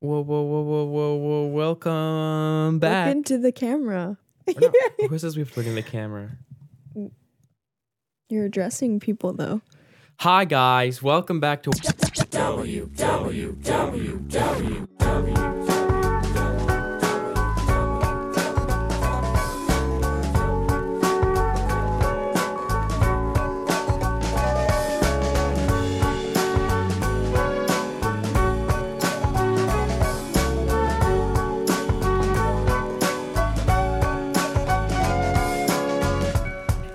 Whoa, whoa, whoa, whoa, whoa, whoa. Welcome Look back. into the camera. We're not- Who says we have to look in the camera? You're addressing people though. Hi, guys. Welcome back to.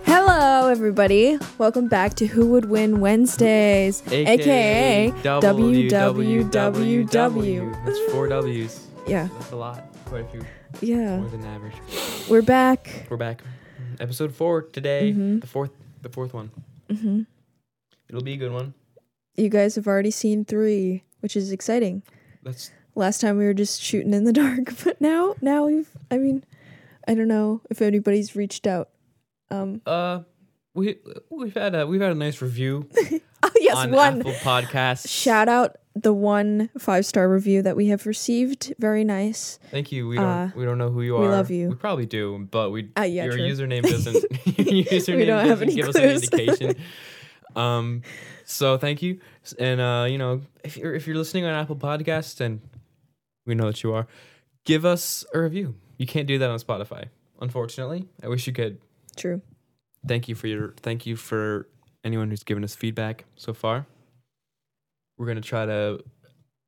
Hello, everybody. Welcome back to Who Would Win Wednesdays, aka, WWW. That's four W's. Yeah, That's a lot. Quite a few. yeah. More than average. We're back. We're back. Episode four today. Mm-hmm. The fourth. The fourth one. hmm It'll be a good one. You guys have already seen three, which is exciting. That's Last time we were just shooting in the dark, but now, now we've. I mean, I don't know if anybody's reached out. Um. uh, we we've had a we've had a nice review Oh yes, on one. Apple Podcasts. Shout out the one five star review that we have received. Very nice. Thank you. We don't Uh, we don't know who you are. we love you. We probably do, but we Uh, yeah, your true. username doesn't your username don't have doesn't any give clues. us any indication. um so thank you. S- And uh, you know, if you're if you're listening on Apple Podcasts and we know that you are, give us a review. You can't do that on Spotify, unfortunately. I wish you could. True. Thank you for your thank you for anyone who's given us feedback so far. We're gonna try to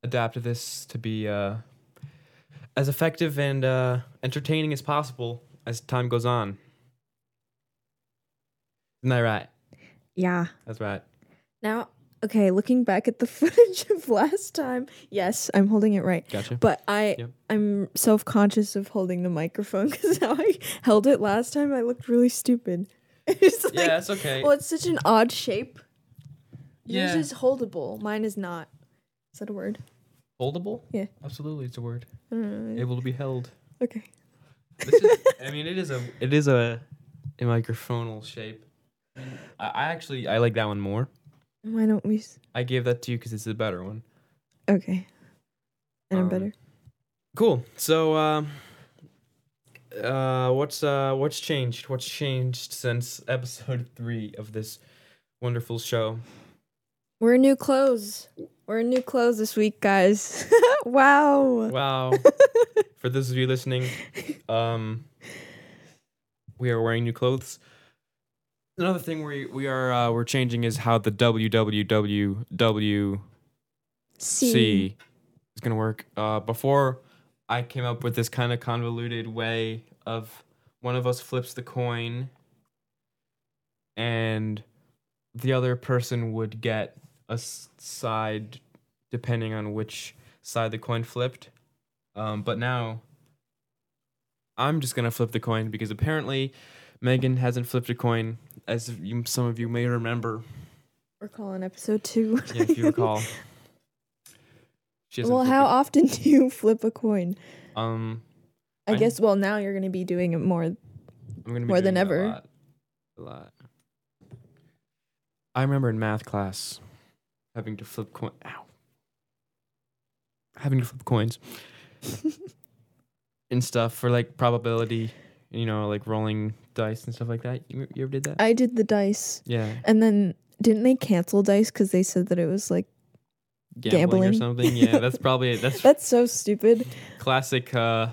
adapt this to be uh, as effective and uh, entertaining as possible as time goes on. Isn't that right? Yeah. That's right. Now, okay, looking back at the footage of last time, yes, I'm holding it right. Gotcha. But I Yep. I'm self-conscious of holding the microphone cuz how I held it last time I looked really stupid. It's like yeah, it's okay. well, it's such an odd shape. Yours Yeah. is holdable, mine is not. Is that a word? Holdable? Yeah. Absolutely, it's a word. I don't know. Able to be held. Okay. This is, I mean, it is a it is a, a microphonal shape. I, I actually I like that one more. Why don't we s- I gave that to you because it's the better one. Okay. And I'm Um, better. Cool. So, um, uh, what's uh, what's changed? What's changed since episode three of this wonderful show? We're in new clothes. We're in new clothes this week, guys. wow. Wow! For those of you listening, um, we are wearing new clothes. Another thing we we are uh, we're changing is how the WWWWC See. is gonna work. Uh, before I came up with this kind of convoluted way of one of us flips the coin and the other person would get a s- side depending on which side the coin flipped. Um, but now I'm just gonna flip the coin because apparently Megan hasn't flipped a coin, as you, some of you may remember, We're calling episode two. yeah, if you recall. She hasn't well, flipped how a- often do you flip a coin? um I, I- guess. Well, now you're going to be doing it more. I'm gonna be More than doing it ever. A lot. a lot. I remember in math class having to flip coin. Ow. Having to flip coins and stuff for like probability, you know, like rolling dice and stuff like that. You, you ever did that? I did the dice, yeah. and then didn't they cancel dice because they said that it was like Gambling or gambling. something. Yeah, that's probably that's that's so stupid. classic uh,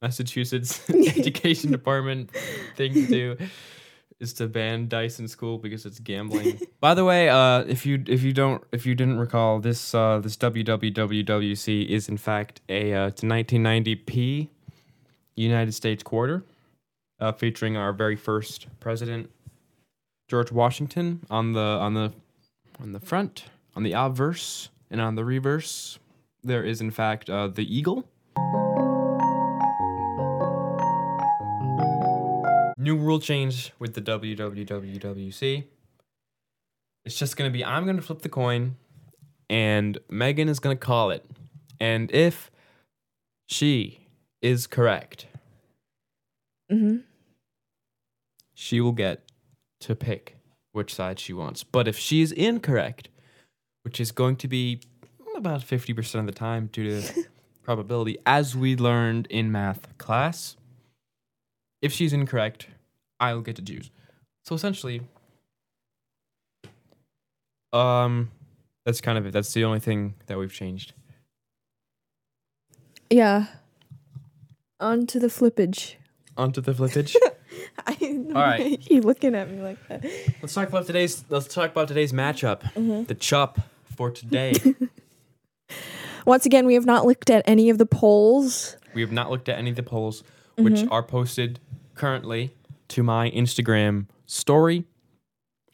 Massachusetts education department thing to do is to ban dice in school because it's gambling. By the way, uh, if you if you don't if you didn't recall, this uh, this WWWWC is in fact a uh, it's a 1990p United States quarter, uh, featuring our very first president, George Washington, on the on the on the front, on the obverse, and on the reverse. There is in fact uh, the eagle. New rule change with the WWWWC. It's just going to be I'm going to flip the coin and Megan is going to call it. And if she is correct, hmm she will get to pick which side she wants. But if she's incorrect, which is going to be about 50% of the time due to probability, as we learned in math class. If she's incorrect, I'll get to choose. So essentially, um, that's kind of it. That's the only thing that we've changed. Yeah. On to the flippage. Onto the flippage. I, All right. You looking at me like that. let's talk about today's. Let's talk about today's matchup. Mm-hmm. The chop for today. Once again, we have not looked at any of the polls. We have not looked at any of the polls, which Mm-hmm. are posted currently to my Instagram story.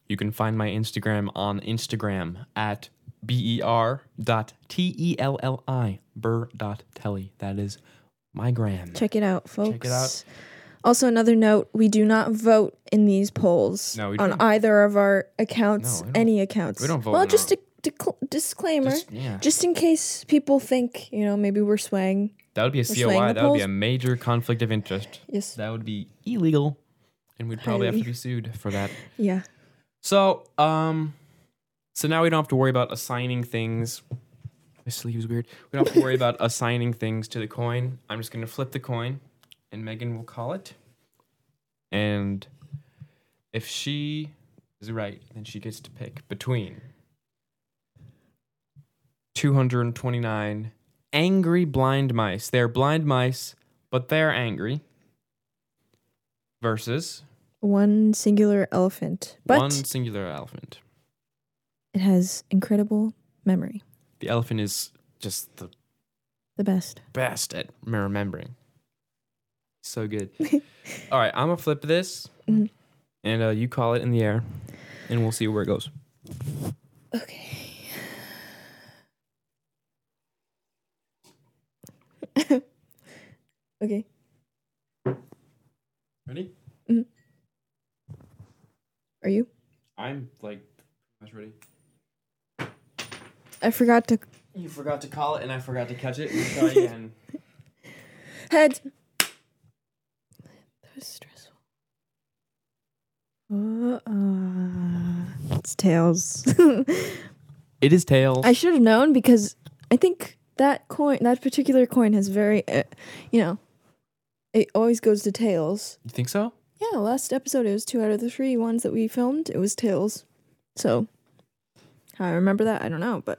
You can find my Instagram on Instagram at ber dot t e l l i burr dot telly. That is my gram. Check it out, folks. it out. Also, another note: we do not vote in these polls No, we on don't. either of our accounts, No, we don't- any accounts. we don't vote Well, in just our- a dec- disclaimer, Just- yeah, just in case people think you know maybe we're swaying. that would be a slaying COI. the That would be polls. a major conflict of interest. Yes. That would be illegal, and we'd probably have to Highly. be sued for that. Yeah. So, um, so now we don't have to worry about assigning things. My sleeve's weird. We don't have to worry about assigning things to the coin. I'm just gonna flip the coin, and Megan will call it. And if she is right, then she gets to pick between 229 angry blind mice. They're blind mice, but they're angry. Versus One singular elephant, but one singular elephant. it has incredible memory. the elephant is just the The best. best at remembering. So good. All right, I'm gonna flip this, Mhm. and uh, you call it in the air, and we'll see where it goes. Okay. okay. Ready? Are you? I'm like, I was ready. I forgot to You forgot to call it, and I forgot to catch it. We'll try again. Heads. That was stressful. Uh, Uh-uh. it's tails. it is tails. I should have known because I think that coin, that particular coin, has very, uh, you know, it always goes to tails. you think so? Yeah, last episode it was two out of the three ones that we filmed. It was tails. So how I remember that, I don't know, but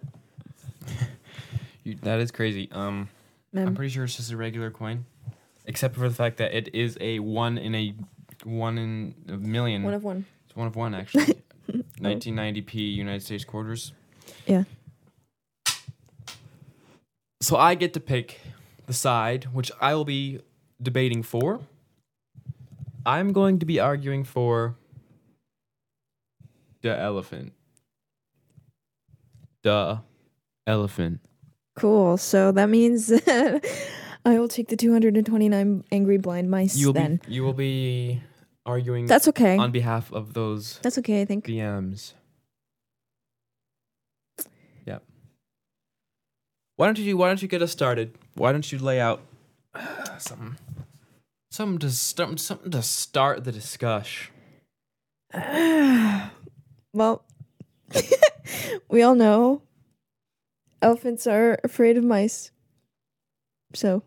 You, that is crazy. Um, mem- I'm pretty sure it's just a regular coin, except for the fact that it is a one in a one in a million. one of one. It's one of one, actually. 1990p United States quarters. Yeah. So I get to pick the side which I will be debating for. I'm going to be arguing for the elephant. The elephant. Cool. So that means that I will take the 229 angry blind mice You will then. be you will be arguing That's okay. on behalf of those That's okay, I think. DMs. Yep. Why don't you Why don't you get us started? Why don't you lay out uh, something, something to start, something to start the discussion? well, we all know elephants are afraid of mice. So,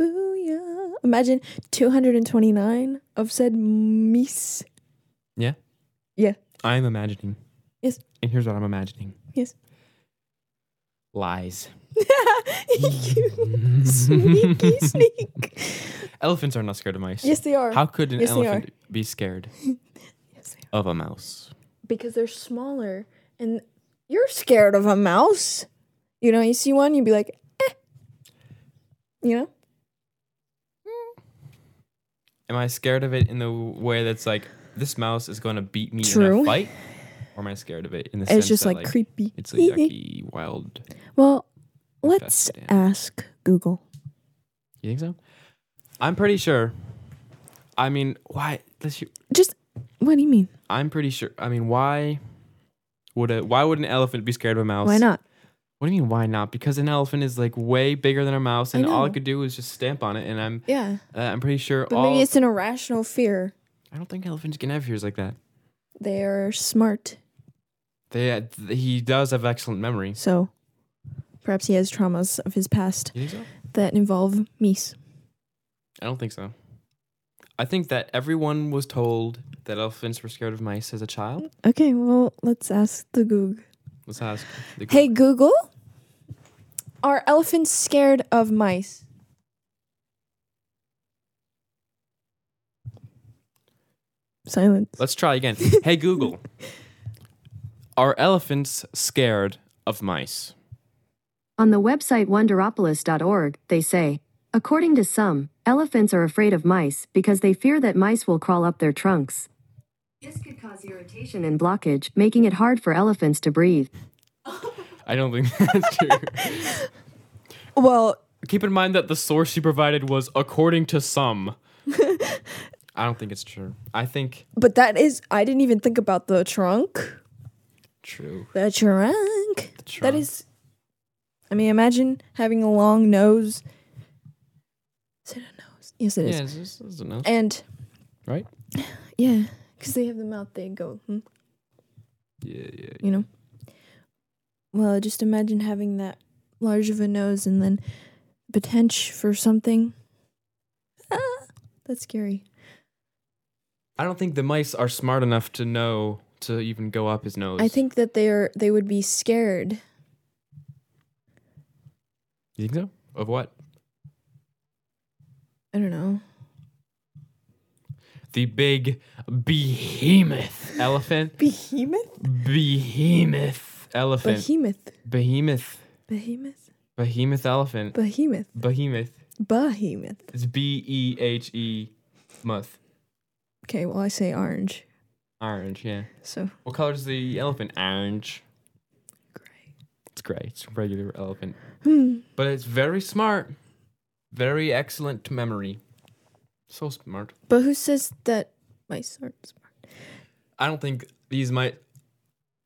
booyah. Imagine 229 of said mice. I'm imagining. Yes. And here's what I'm imagining. Yes. Lies. You sneaky sneak. Elephants are not scared of mice. Yes, they are. How could an Yes, they are. elephant be scared Yes, they are. of a mouse? because they're smaller and you're scared of a mouse. You know, you see one, you'd be like, eh. You know? Am I scared of it in the way that's like this mouse is going to beat me in True. a fight, or am I scared of it in the sense it's just that, like, creepy. It's a yucky, wild. Well, let's Infested ask Google. You think so? I'm pretty sure. I mean, why? Let's, you- Just what do you mean? I'm pretty sure. I mean, why would a why would an elephant be scared of a mouse? Why not? What do you mean? Why not? Because an elephant is like way bigger than a mouse, and all know. it could do is just stamp on it. And I'm Yeah, uh, I'm pretty sure but all. maybe it's an irrational fear. I don't think elephants can have ears like that. They are smart, They he does have excellent memory. so Perhaps he has traumas of his past You think so? that involve meese. I don't think so. I think that everyone was told that elephants were scared of mice as a child. Okay, well, let's ask the Goog. Let's ask. The Hey, Google, are elephants scared of mice? Silence. Let's try again. Hey Google, are elephants scared of mice? On the website wonderopolis.org, they say, according to some, elephants are afraid of mice because they fear that mice will crawl up their trunks. This could cause irritation and blockage, making it hard for elephants to breathe. I don't think that's true. Well, Keep in mind that the source you provided was according to some. I don't think it's true. I think but that is, I didn't even think about the trunk. true. The trunk. That trunk. is, I mean, imagine having a long nose. Is it a nose? Yes, it is. Yeah, it's just, it's enough, And right? yeah, because they have the mouth, they go, hmm, Yeah, yeah. you know. Well, just imagine having that large of a nose and then potential for something. Ah, that's scary. I don't think the mice are smart enough to know to even go up his nose. I think that they are they would be scared. You think so? Of what? I don't know. The big behemoth elephant. Behemoth? behemoth elephant. Behemoth. behemoth. Behemoth. Behemoth elephant. Behemoth. behemoth. Behemoth. It's B E H E muth. Okay, well, I say orange. Orange, yeah. So What color is the elephant? Orange. gray. It's gray. It's a regular elephant. Hmm. But it's very smart. Very excellent memory. So smart. But who says that mice aren't smart? I don't think these might.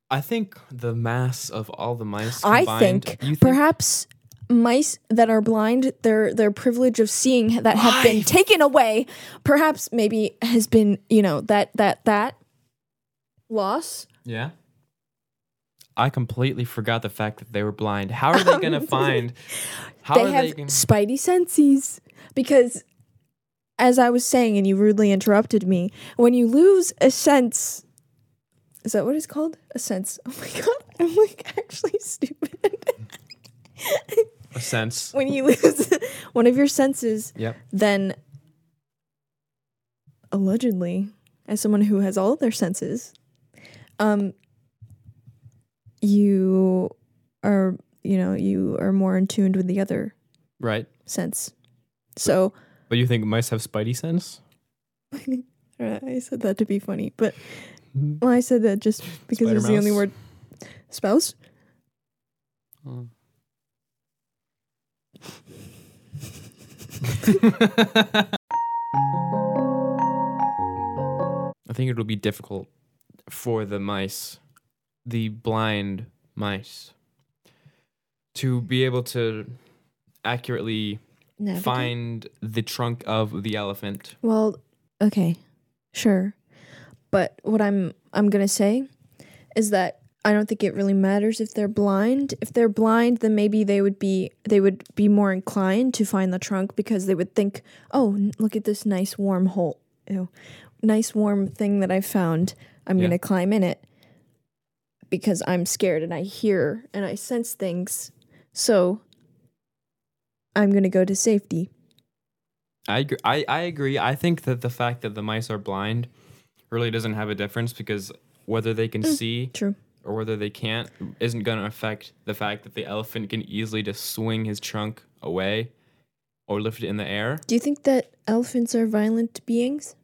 I think the mass of all the mice. I Combined, think, you think perhaps mice that are blind, their their privilege of seeing that have been Right. taken away, perhaps maybe has been you know that that that loss. Yeah. I completely forgot the fact that they were blind. How are they going to find? How they are have they going? spidey senses because. As I was saying, and you rudely interrupted me, when you lose a sense, is that what it's called? A sense. Oh my God, I'm like actually stupid. A sense. when you lose one of your senses, Yep. then allegedly, as someone who has all of their senses, um, you are you know you are more in tuned with the other Right. sense. So But you think mice have spidey sense? I said that to be funny, but well, I said that just because it was the Spider only mouse. word. Spouse. I think it'll be difficult for the mice, the blind mice, to be able to accurately Navigate. find the trunk of the elephant. Well, okay, sure, but what I'm I'm gonna say is that I don't think it really matters if they're blind. If they're blind, then maybe they would be they would be more inclined to find the trunk because they would think, oh, n- look at this nice warm hole, Ew. nice warm thing that I found. I'm Yeah. gonna climb in it because I'm scared and I hear and I sense things, so I'm gonna go to safety. I agree. I, I agree. I think that the fact that the mice are blind really doesn't have a difference because whether they can see True. or whether they can't isn't going to affect the fact that the elephant can easily just swing his trunk away or lift it in the air. Do you think that elephants are violent beings?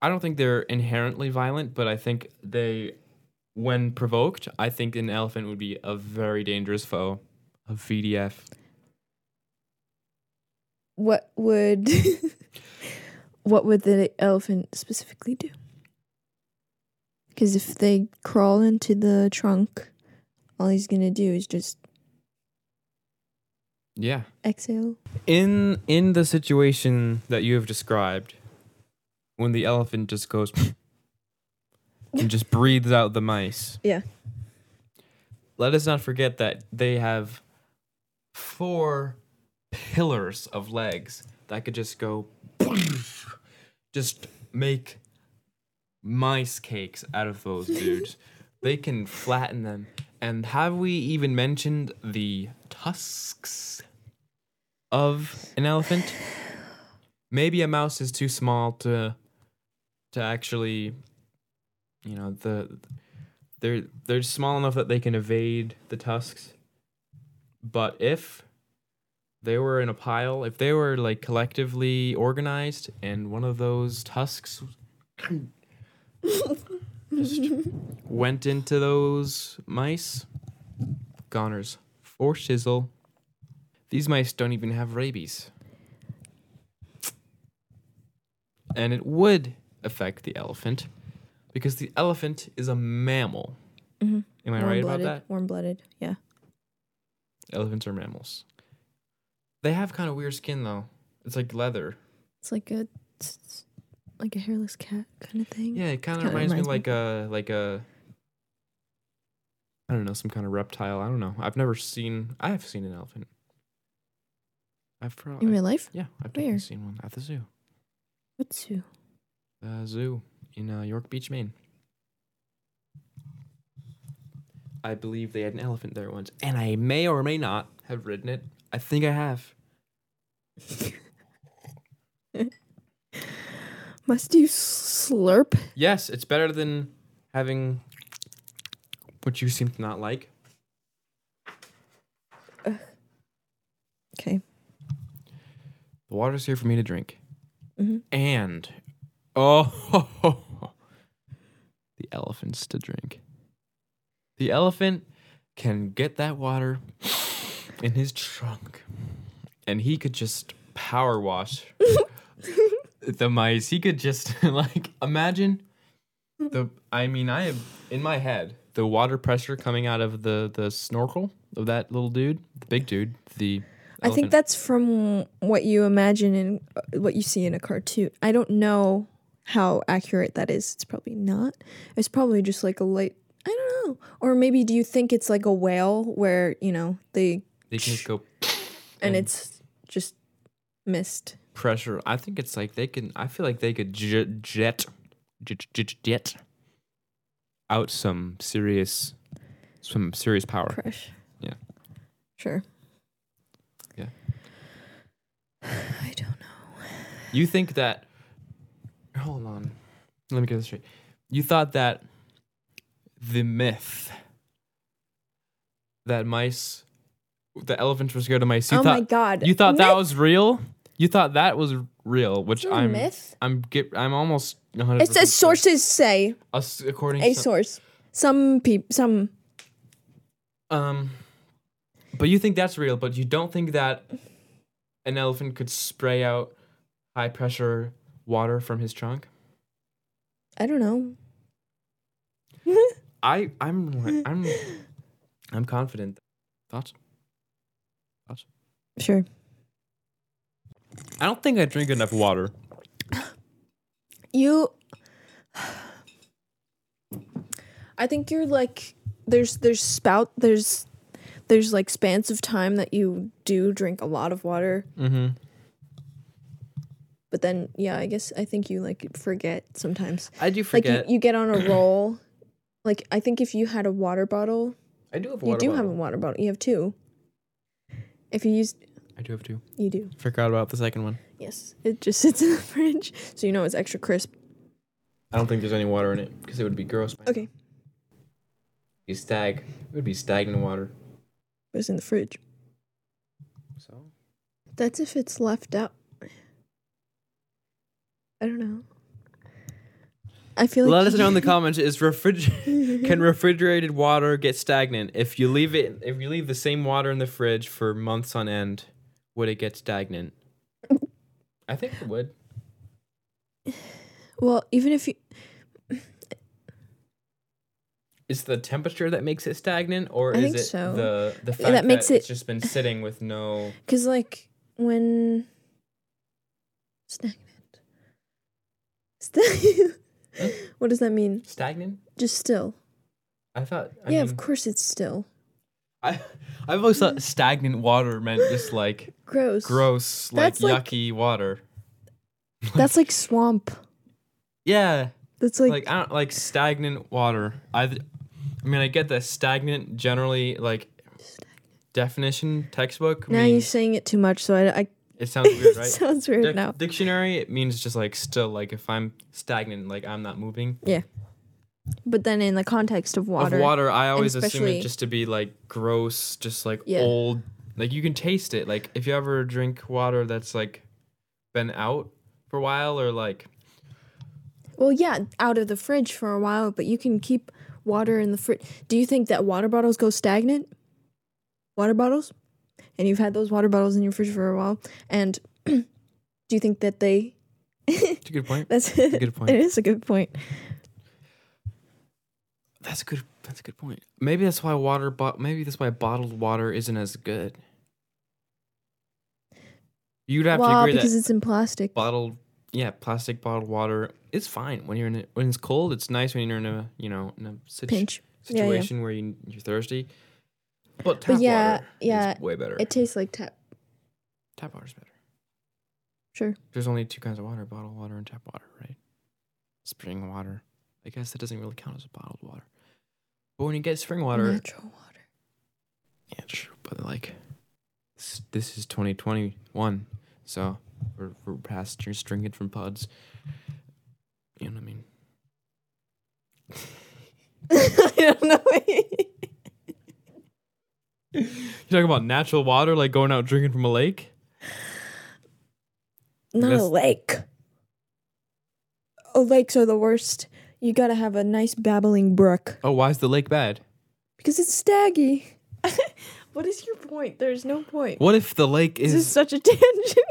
I don't think they're inherently violent, but I think they, when provoked, I think an elephant would be a very dangerous foe. A VDF. What would what would the elephant specifically do? Because if they crawl into the trunk, all he's gonna do is just Yeah. exhale. in in the situation that you have described when the elephant just goes and just breathes out the mice Yeah. let us not forget that they have four pillars of legs that could just go, just make mice cakes out of those dudes. they can flatten them. And have we even mentioned the tusks of an elephant? Maybe a mouse is too small to to actually you know the they're they're small enough that they can evade the tusks. But if they were in a pile, if they were like collectively organized and one of those tusks just went into those mice, goners for shizzle. These mice don't even have rabies. And it would affect the elephant because the elephant is a mammal. Mhm. Am I right about that? Warm blooded. Yeah. Elephants are mammals. They have kind of weird skin though. It's like leather. It's like a it's- it's like a hairless cat kind of thing. Yeah, it kind of Kinda reminds, reminds me me. like a like a I don't know, some kind of reptile. I don't know. I've never seen. I have seen an elephant. I've probably In real life? yeah, I've definitely Where? seen one at the zoo. What zoo? The zoo in uh, York Beach, Maine. I believe they had an elephant there once, and I may or may not have ridden it. I think I have. Must you slurp? Yes, it's better than having what you seem to not like. Okay. The water's here for me to drink. Mhm. And oh, the elephants to drink. The elephant can get that water in his trunk, and he could just power wash the mice. He could just like imagine the. I mean, I have in my head the water pressure coming out of the the snorkel of that little dude, the big dude, the. I think elephant. that's from what you imagine and uh, what you see in a cartoon. I don't know how accurate that is. It's probably not. It's probably just like a light. I don't know. Or maybe do you think it's like a whale where you know they they can just go and Mm. it's just mist. pressure. I think it's like they can. I feel like they could jet jet jet, jet, jet out some serious some serious power. Crush. Yeah. Sure. Yeah. I don't know. You think that? Hold on. Let me get this straight. You thought that the myth that mice, the elephants were scared of mice. You oh thought my god. you thought that Myth? was real. You thought that was real, which It's not a I'm myth. I'm get I'm almost. 100% It says sure. sources say Us- according a to source. Some people. Some. Um, but you think that's real, but you don't think that an elephant could spray out high pressure water from his trunk. I don't know. I I'm I'm I'm confident. Thoughts? Sure. I don't think I drink enough water. You. I think you're like there's there's spout there's there's like spans of time that you do drink a lot of water, Mm-hmm. but then yeah, I guess I think you like forget sometimes. I do Like you, you get on a roll. Like I think if you had a water bottle, I do have a you water. do have a bottle. water bottle. You have two. If you use, I do have two. you do. Forgot about the second one. Yes, it just sits in the fridge, so you know it's extra crisp. I don't think there's any water in it because it would be gross. Okay, You stag. It would be stagnant water. but it's in the fridge. So That's if it's left out. I don't know. I feel like Let us know in the comments: Is refriger- can refrigerated water get stagnant if you leave it? If you leave the same water in the fridge for months on end, would it get stagnant? I think it would. Well, even if you It's the temperature that makes it stagnant, or I is think it so. the the fact that makes it's it- just been sitting with no? Because, like, when. Stagnant. St- what does that mean? Stagnant? Just still. I thought. I yeah, mean, of course it's still. I, I've always thought stagnant water meant just like Gross. gross, like That's like- yucky water. That's like swamp. Yeah, That's like, like I don't like stagnant water. I, th- I mean, I get the stagnant generally like definition textbook. now you're means- saying it too much, so I, I it sounds weird, it right? sounds weird Dic- now. Dictionary it means just like still like if I'm stagnant, like I'm not moving. But then in the context of water, Of water, I always assume especially- it just to be like gross, just like Yeah. old. Like you can taste it. Like if you ever drink water that's like been out for a while or like well, yeah, out of the fridge for a while, but you can keep water in the fridge. Do you think that water bottles go stagnant? Water bottles, and you've had those water bottles in your fridge for a while, and do you think that they? It's a good point. That's a good point. It is a good point. That's a good. That's a good point. Maybe that's why water. Bo- maybe that's why bottled water isn't as good. You'd have to Well, agree because that it's in plastic. bottled, yeah, plastic bottled water is fine when you're in a, when it's cold. It's nice when you're in a you know in a situ- Pinch. Yeah, yeah. situation where you, you're thirsty. But tap yeah, water yeah, is way better. It tastes like tap. tap water's better. Sure. There's only two kinds of water: bottled water and tap water, right? Spring water. I guess that doesn't really count as bottled water. But when you get spring water, Natural water. Yeah, true, but like, s- this is 2021, so we're, we're past your stringing from pods. You know what I mean? I don't know. You're talking about natural water, like going out drinking from a lake? Not a That's- lake. Oh, lakes are the worst. You gotta have a nice babbling brook Oh, why is the lake bad? because it's staggy. what is your point? There's no point. What if the lake This is is. such a tangent.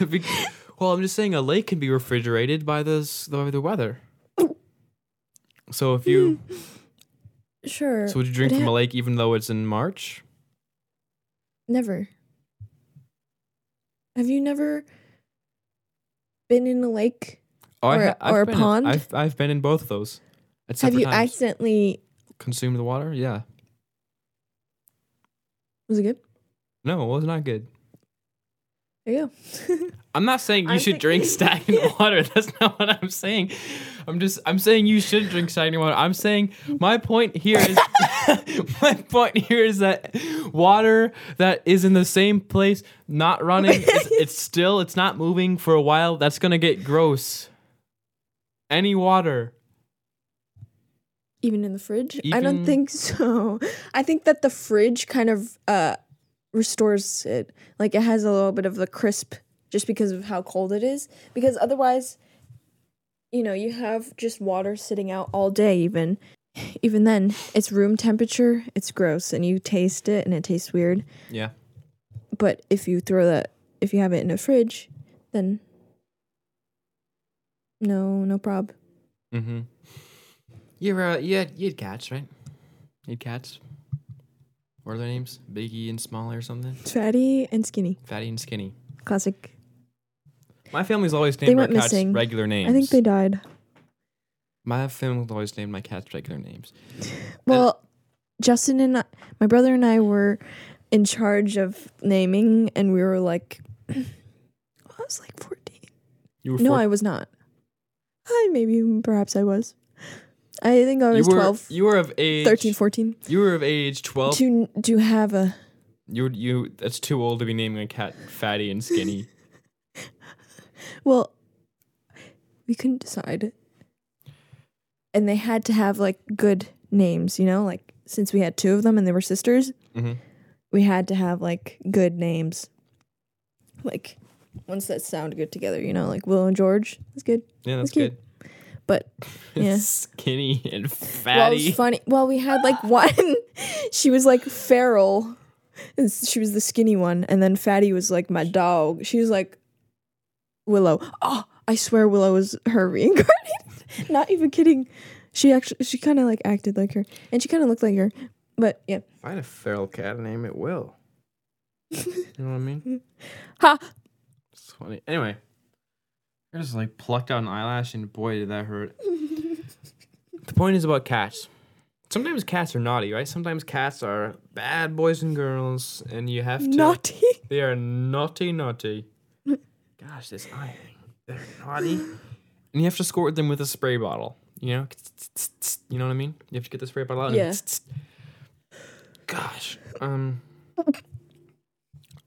Bec- well, I'm just saying a lake can be refrigerated by the, s- by the weather. So if you. sure. So would you drink but from a ha- lake even though it's in March? Never. Have you never been in a lake? Oh, I Or- ha- I've or a been in- pond? I've, I've been in both of those. At Have separate you times. accidentally? consumed the water? Yeah. Was it good? No, it was not good. There you go. I'm not saying you I'm should drink thinking- stagnant water. That's not what I'm saying. I'm just I'm saying you should drink stagnant water. I'm saying my point here is my point here is that water that is in the same place, not running, it's, it's still it's not moving for a while. That's gonna get gross. Any water. even in the fridge i don't Even- think so i think that the fridge kind of uh restores it like it has a little bit of the crisp just because of how cold it is because otherwise you know you have just water sitting out all day even even then it's room temperature it's gross and you taste it and it tastes weird Yeah. but if you throw that if you have it in a fridge then no no prob Mm-hmm. You're uh you had you had cats, right? You had cats? What are their names? Biggie and Smalley or something? fatty and skinny Fatty and skinny. classic My family's always They named my went cats missing. regular names. i think they died My family's always named my cats regular names. Well, Justin and I, my brother and I were in charge of naming, and we were like, I was like 14. You were No, four- I was not. I maybe, perhaps I was. I think I you was were 12, you were of age 13, 14. You were of age twelve. To, to have a. You were- you that's too old to be naming a cat fatty and skinny. Well, we couldn't decide. And they had to have like good names, you know? Like, since we had two of them and they were sisters, mm-hmm. we had to have like good names. Like ones that sound good together, you know, like Will and George. That's good. Yeah, That's that's cute. good. But Yeah. skinny and well, it was fatty. funny. Well, we had like one. she was like feral. And s- she was the skinny one. And then Fatty was like my dog. She was like Willow. Oh, I swear Willow was her reincarnated. Not even kidding. She actually she kinda like acted like her. And she kinda looked like her. But yeah. Find a feral cat and name it Will. you know what I mean? Ha! It's funny. Anyway, I just like plucked out an eyelash and boy did that hurt. the point is about cats. Sometimes cats are naughty, right? Sometimes cats are bad boys and girls, and you have to. Naughty. They are naughty, naughty. Gosh, this iron. They're naughty. And you have to squirt them with a spray bottle. You know? You know what I mean? You have to get the spray bottle out. and Yeah. Gosh. Um.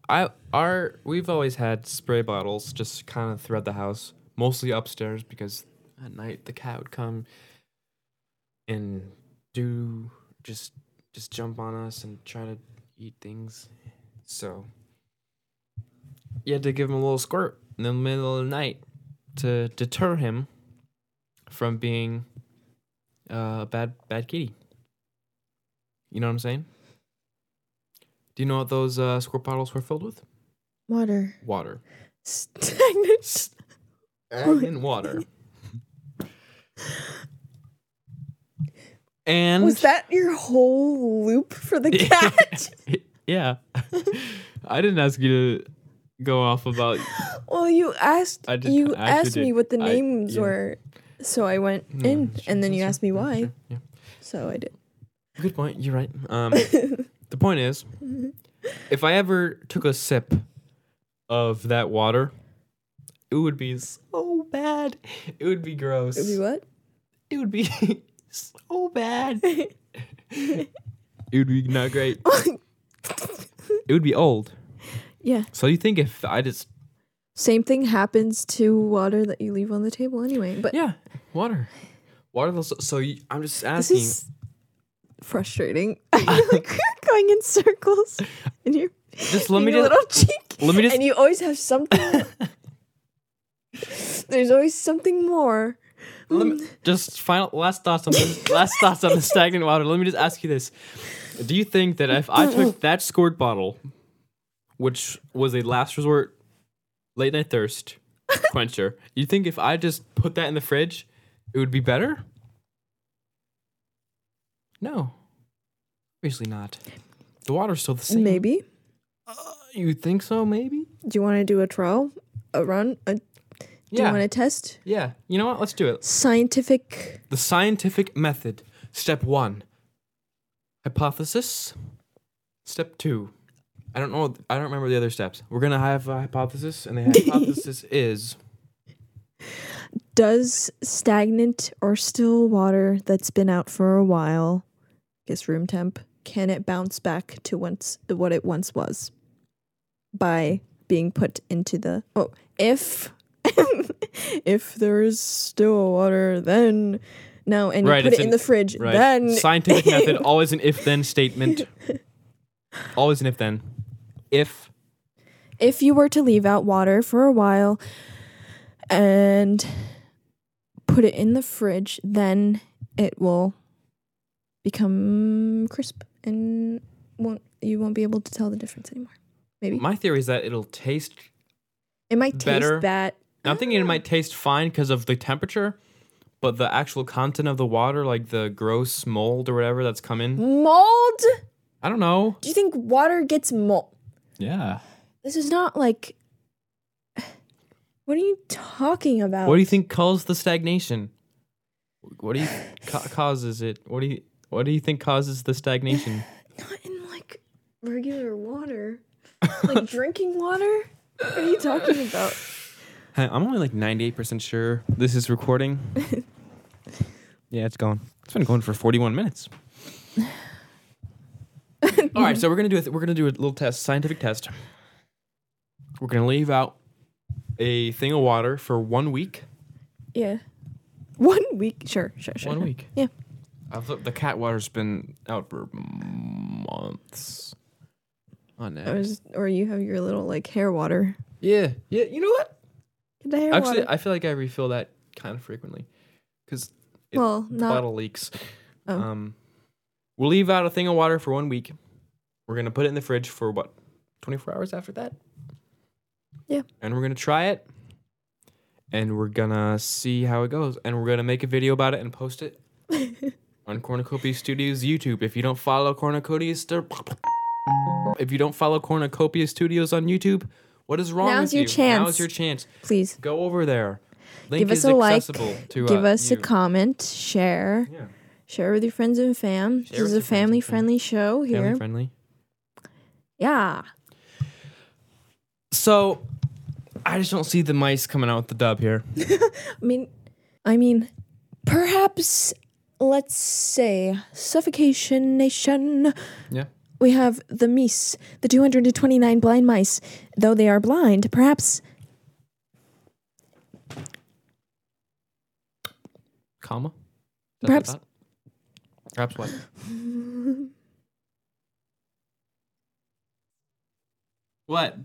I our we've always had spray bottles just kind of throughout the house, mostly upstairs because at night the cat would come and do just just jump on us and try to eat things. So you had to give him a little squirt in the middle of the night to deter him from being uh, a bad bad kitty. You know what I'm saying? Do you know what those uh, squirt bottles were filled with? Water. Water. Stagnant. Stagnant water. And Was that your whole loop for the cat? yeah, I didn't ask you to go off about. well, you asked I did- you I actually asked me did. what the I- names yeah. were, so I went Yeah, in, sure, and then you that's asked me right, why, sure, yeah. so I did. Good point. You're right. Um, the point is, if I ever took a sip of that water, it would be so bad. It would be gross. It'd be what? It would be so bad. it would be not great. It would be old. yeah. So you think if I just Same thing happens to water that you leave on the table anyway. But yeah water, water. will- So, so you, I'm just this asking. is frustrating. I feel like we're going in circles, and you're just let me being a just little cheek. let me just and you always have something. There's always something more. Let me, just final last thoughts on this, last thoughts on the stagnant water. Let me just ask you this: Do you think that if I took that squirt bottle, which was a last resort late night thirst quencher, you think if I just put that in the fridge, it would be better? No, obviously not. The water's still the same. Maybe. you think so? Maybe. Do you want to do a trial? A run? A, do you yeah. want to test? yeah. You know what? Let's do it. Scientific. The scientific method. Step one. Hypothesis. Step two. I don't know. I don't remember the other steps. We're gonna have a hypothesis, and the hypothesis is Does stagnant or still water that's been out for a while, I guess room temp, can it bounce back to once what it once was by being put into the oh if if there is still water then no and you Right, put it's it in an- the fridge then scientific method. Always an if-then statement. Always an if-then. If if you were to leave out water for a while and put it in the fridge, then it will become crisp and won't you won't be able to tell the difference anymore. Maybe my theory is that it'll taste. it might taste better- bad. I'm thinking it might taste fine because of the temperature, but the actual content of the water, like the gross mold or whatever that's come in, mold. I don't know. Do you think water gets mold? Yeah. This is not like. What are you talking about? What do you think caused the stagnation? What do you ca- causes it? What do you What do you think causes the stagnation? Not in like regular water, like drinking water. What are you talking about? Hey, I'm only like 98 percent sure this is recording. yeah, it's going. It's been going for 41 minutes. All right, so we're gonna do a th- we're gonna do a little test, scientific test. We're gonna leave out a thing of water for one week. Yeah. One week. Sure, sure, sure. One week. Yeah. I've, the cat water's been out for months. On Or, is- or you have your little like hair water. Yeah, yeah. You know what? Get the hair Actually, water. I feel like I refill that kind of frequently because it well, not. bottle leaks. Oh. Um, we'll leave out a thing of water for one week. We're gonna put it in the fridge for what, 24 hours after that? Yeah. And we're gonna try it, and we're gonna see how it goes, and we're gonna make a video about it and post it on Cornucopia Studios YouTube. If you don't follow Cornucopia, Stu- if you don't follow Cornucopia Studios on YouTube, what is wrong Now's with your you? chance. Now's your chance. Please Go over there. Link give us is a like. accessible to give uh, us you. a comment. Share. Yeah. Share with your friends and fam. Share this with is your friends a and family friendly show here. Family friendly. yeah. So, I just don't see the mice coming out with the dub here. I mean, I mean, perhaps let's say suffocation nation. Yeah. We have the meese, the 229 blind mice. Though they are blind, perhaps Comma. Dot, dot, Perhaps- dot. Perhaps what? what?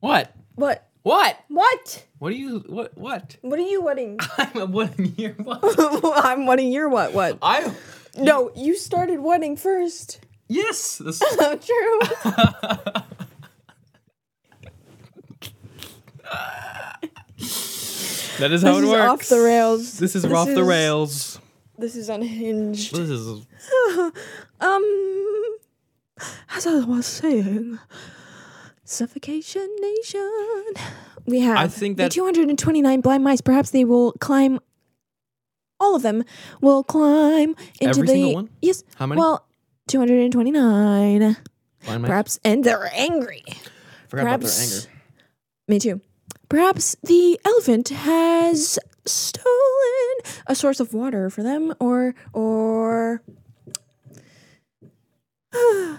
What? what? What? What? What do you? What? What? What are you wedding? I'm a one year. What? I'm wedding your what? What? I. No, you started wedding first. Yes. This, Not true. that is how this it is works. off the rails. This is off the is- rails. This is unhinged. This is. Um, as I was saying, suffocation nation. We have think the that- 229 blind mice. Perhaps they will climb. All of them will climb into Every the single one? yes. How many? Well, 229. Blind mice. Perhaps, and they're angry. Forgot about their perhaps- anger. Me too. Perhaps the elephant has stolen a source of water for them, or or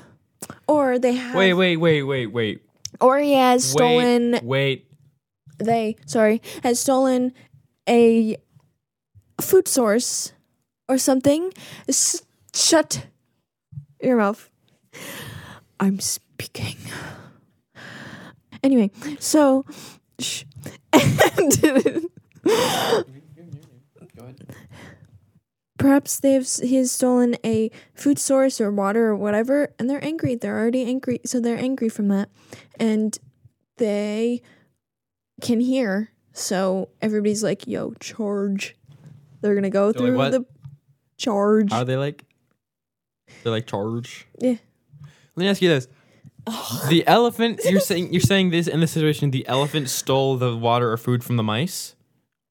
or they have, Wait, wait, wait, wait, wait. or he has stolen. Wait, wait. They sorry has stolen a food source or something. S- shut your mouth. I'm speaking. Anyway, so shh. and perhaps they've s- he has stolen a food source or water or whatever, and they're angry. They're already angry, so they're angry from that, and they can hear. So everybody's like, "Yo, charge!" They're gonna go They're like, through "What?" the charge. Are they like? They're like charge. Yeah. Let me ask you this: the elephant. You're saying you're saying this in this situation. The elephant stole the water or food from the mice,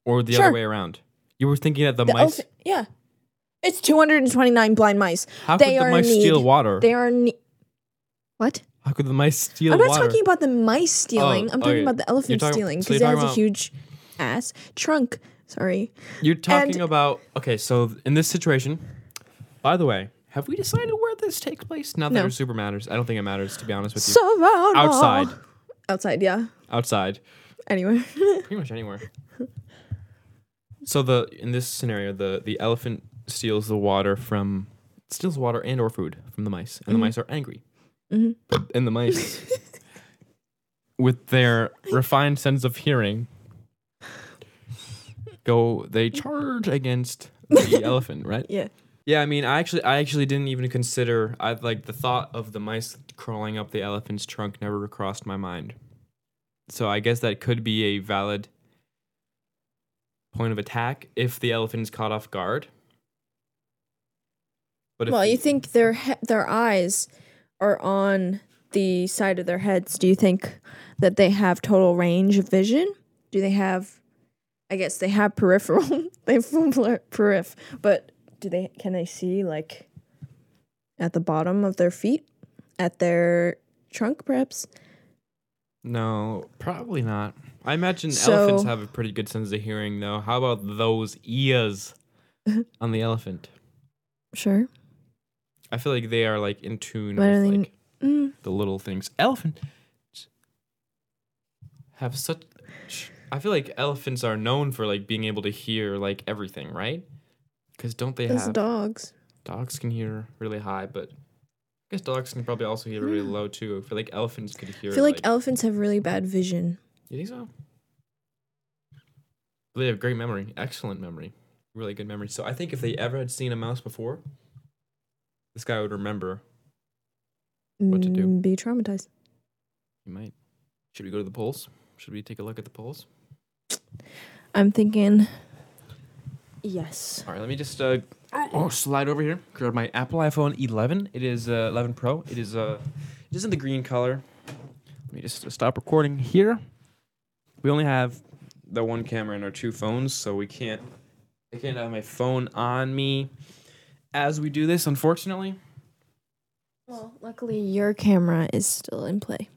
or the Sure. other way around. You were thinking that the, The mice. elephant- yeah. It's 229 blind mice. How they could are the mice in need. steal water? They are ne- What? How could the mice steal I'm not water? talking about the mice stealing. Oh, I'm talking okay. about the elephant You're talking- stealing so because you're it has talking a about- huge ass trunk. Sorry. You're talking about okay. So in this situation, by the way, have we decided where this takes place? Not that No. it super matters. I don't think it matters to be honest with you. Savannah. Outside, Outside, yeah. outside, Anyway. pretty much anywhere. So the in this scenario, the the elephant steals the water from steals water and or food from the mice, and the mice are angry. Mm-hmm. And the mice, with their refined sense of hearing, go they charge against the elephant, right? yeah. Yeah, I mean, I actually, I actually didn't even consider. I like the thought of the mice crawling up the elephant's trunk never crossed my mind. So I guess that could be a valid point of attack if the elephant is caught off guard. But if Well, the- you think their he- their eyes are on the side of their heads. Do you think that they have total range of vision? Do they have I guess they have peripheral. they have full per- periph, but do they can they see like at the bottom of their feet, at their trunk perhaps? no, probably not. I imagine So- elephants have a pretty good sense of hearing, though. How about those ears on the elephant? Sure. I feel like they are like in tune Why with don't they- like Mm. the little things. Elephants have such. I feel like elephants are known for like being able to hear like everything, right? Because don't they Those have dogs. dogs can hear really high, but I guess dogs can probably also hear really low too. I feel like elephants could hear. I feel like, elephants have really bad vision. you think so? They have great memory, excellent memory, really good memory. So I think if they ever had seen a mouse before, this guy would remember. What to do? Mm, Be traumatized. He might. Should we go to the polls? Should we take a look at the polls? I'm thinking yes. All right, let me just uh, oh, slide over here. Grab my Apple iPhone 11. It is uh, 11 Pro. It is uh, it is in the green color. Let me just stop recording here. We only have the one camera in our two phones, so we can't. I can't have my phone on me as we do this, unfortunately. Well, luckily your camera is still in play.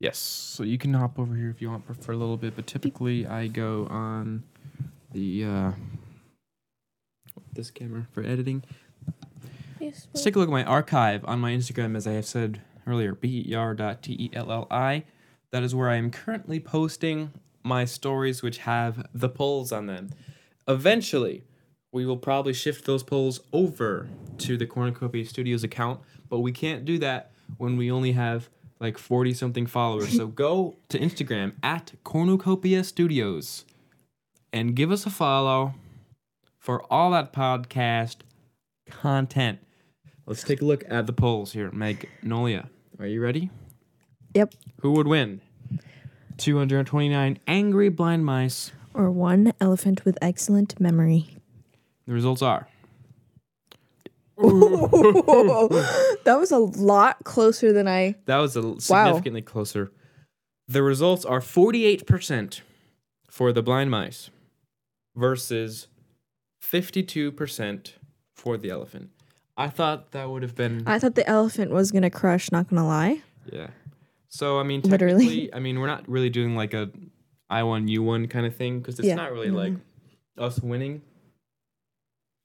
Yes. So you can hop over here if you want for- for a little bit, but typically I go on the uh, this camera for editing. Yes. Let's take a look at my archive on my Instagram, as I have said earlier, E belli. That is where I am currently posting my stories, which have the polls on them. Eventually, we will probably shift those polls over to the Cornucopia Studios account, but we can't do that when we only have like 40 something followers. so go to Instagram at Cornucopia Studios and give us a follow for all that podcast content. Let's take a look at the polls here, Magnolia. Are you ready? Yep. Who would win? 229 angry blind mice. Or one elephant with excellent memory. The results are that was a lot closer than I. that was a l- significantly closer. The results are 48% for the blind mice versus 52% for the elephant. I thought that would have been I thought the elephant was gonna crush. Not gonna lie. Yeah. So I mean, Literally. technically, I mean, we're not really doing like a I won, you won kind of thing because it's Yeah. not really like us winning.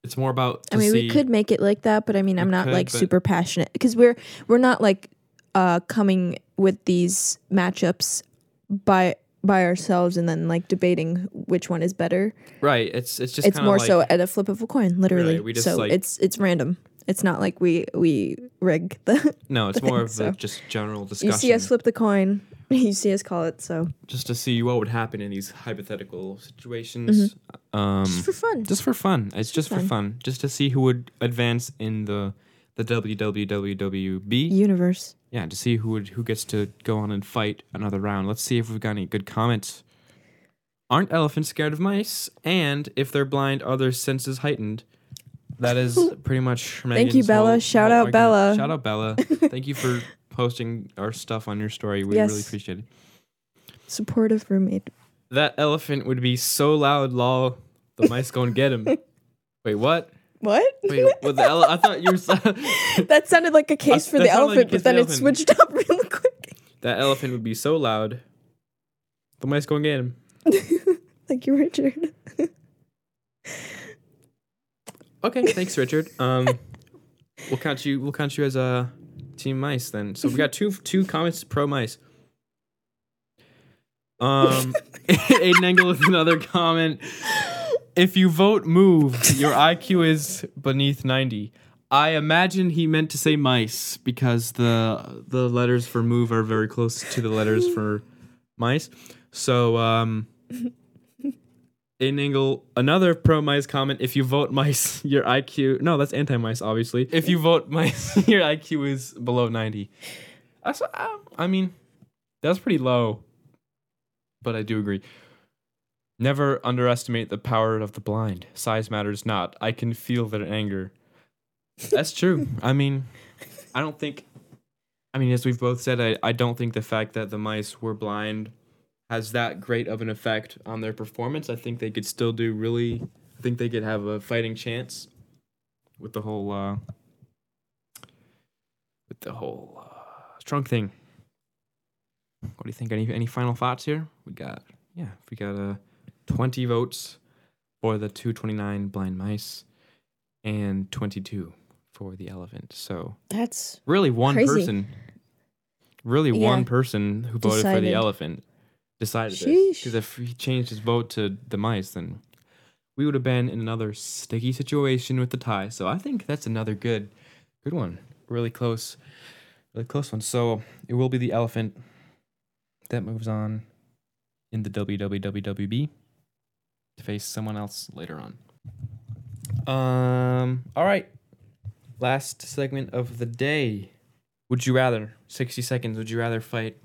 It's more about. I to mean, see- we could make it like that, but I mean, I'm We not could, like but- super passionate because we're we're not like uh coming with these matchups by by ourselves and then like debating which one is better. Right. It's it's just it's kinda more like, so at a flip of a coin, literally. we just, so like- it's it's random. It's not like we we rig the. No, it's more of so. a just general discussion. you see us flip the coin, you see us call it. So just to see what would happen in these hypothetical situations. Um, just for fun. just for fun. It's just for Mm-hmm. fun. fun. Just to see who would advance in the the WWWWB. universe. Yeah, to see who would who gets to go on and fight another round. Let's see if we've got any good comments. Aren't elephants scared of mice? And if they're blind, are their senses heightened? That is pretty much. Megan's you, Bella. whole- Shout whole out, argument. Bella. Shout out, Bella. Thank you for posting our stuff on your story. We really Yes. appreciate it. Supportive roommate. That elephant would be so loud, lol. The mice gonna get him. Wait, what? What? Wait, what the ele- I thought you were. that sounded like a case for that the sounded like a case elephant, but for the then it elephant. switched up really quick. that elephant would be so loud. The mice gonna get him. Thank you, Richard. Okay, thanks, Richard. Um, we'll count you. We'll count you as uh, team mice then. So we got two two comments pro mice. Um, Aiden Engel with another comment. If you vote move, your IQ is beneath ninety. I imagine he meant to say mice because the the letters for move are very close to the letters for mice. So um. In Engel, another pro mice comment. If you vote mice, your IQ. No, that's anti mice, obviously. If you vote mice, your IQ is below 90. That's, uh, I mean, that's pretty low. But I do agree. Never underestimate the power of the blind. Size matters not. I can feel their anger. That's true. I mean, I don't think. I mean, as we've both said, I, I don't think the fact that the mice were blind has that great of an effect on their performance. I think they could still do really. I think they could have a fighting chance with the whole uh, with the whole uh, trunk thing. What do you think? Any any final thoughts here? We got yeah, we got uh, twenty votes for the two twenty nine blind mice, and twenty two for the elephant. So That's really one Crazy. person really Yeah. one person who voted for the Decided. elephant decided this Sheesh. because if he changed his vote to the mice then we would have been in another sticky situation with the tie so i think that's another good good one really close really close one so it will be the elephant that moves on in the wwwb to face someone else later on um all right last segment of the day would you rather 60 seconds would you rather fight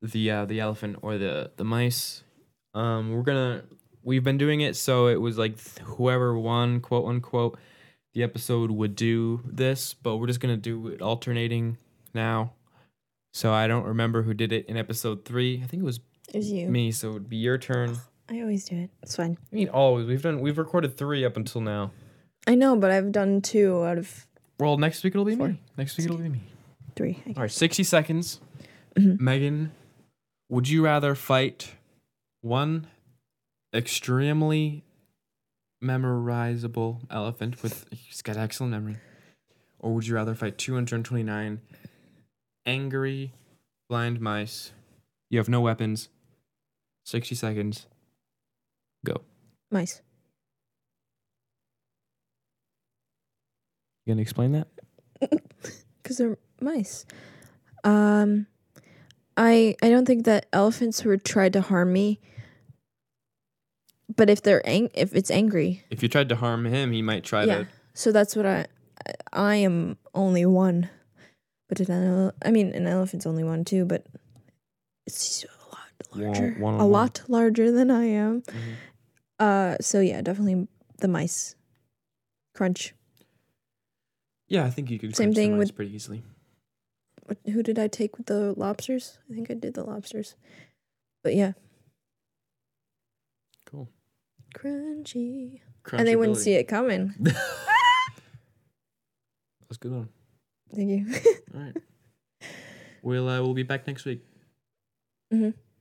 the uh, the elephant or the the mice um we're gonna we've been doing it so it was like th- whoever won quote unquote the episode would do this but we're just gonna do it alternating now so i don't remember who did it in episode three i think it was it was you. me so it would be your turn I always do it. It's fine. i mean always we've done we've recorded three up until now I know, but I've done two out of Well, next week it'll be Four. me. Next week it'll be me. three. I guess. All right, 60 seconds. Mm-hmm. Megan, would you rather fight one extremely memorizable elephant with he's got excellent memory or would you rather fight 229 angry blind mice? You have no weapons. 60 seconds. Go. Mice. You going to explain that? because they're mice. Um, I I don't think that elephants would try to harm me. But if they're ang- if it's angry, If you tried to harm him, he might try yeah. to So that's what I I- I am only one, but an ele- I mean an elephant's only one too, but it's a lot Wa- larger, one on a one. lot larger than I am. Mhm. Uh, so yeah, definitely the mice. Crunch. Yeah, I think you could Same crush the thing mice with- pretty easily. What, who did I take with the lobsters? I think I did the lobsters, but yeah. Cool. Crunchy. And they wouldn't see it coming. That's a good one. Thank you. All right. We'll uh, we'll be back next week. Mm-hmm.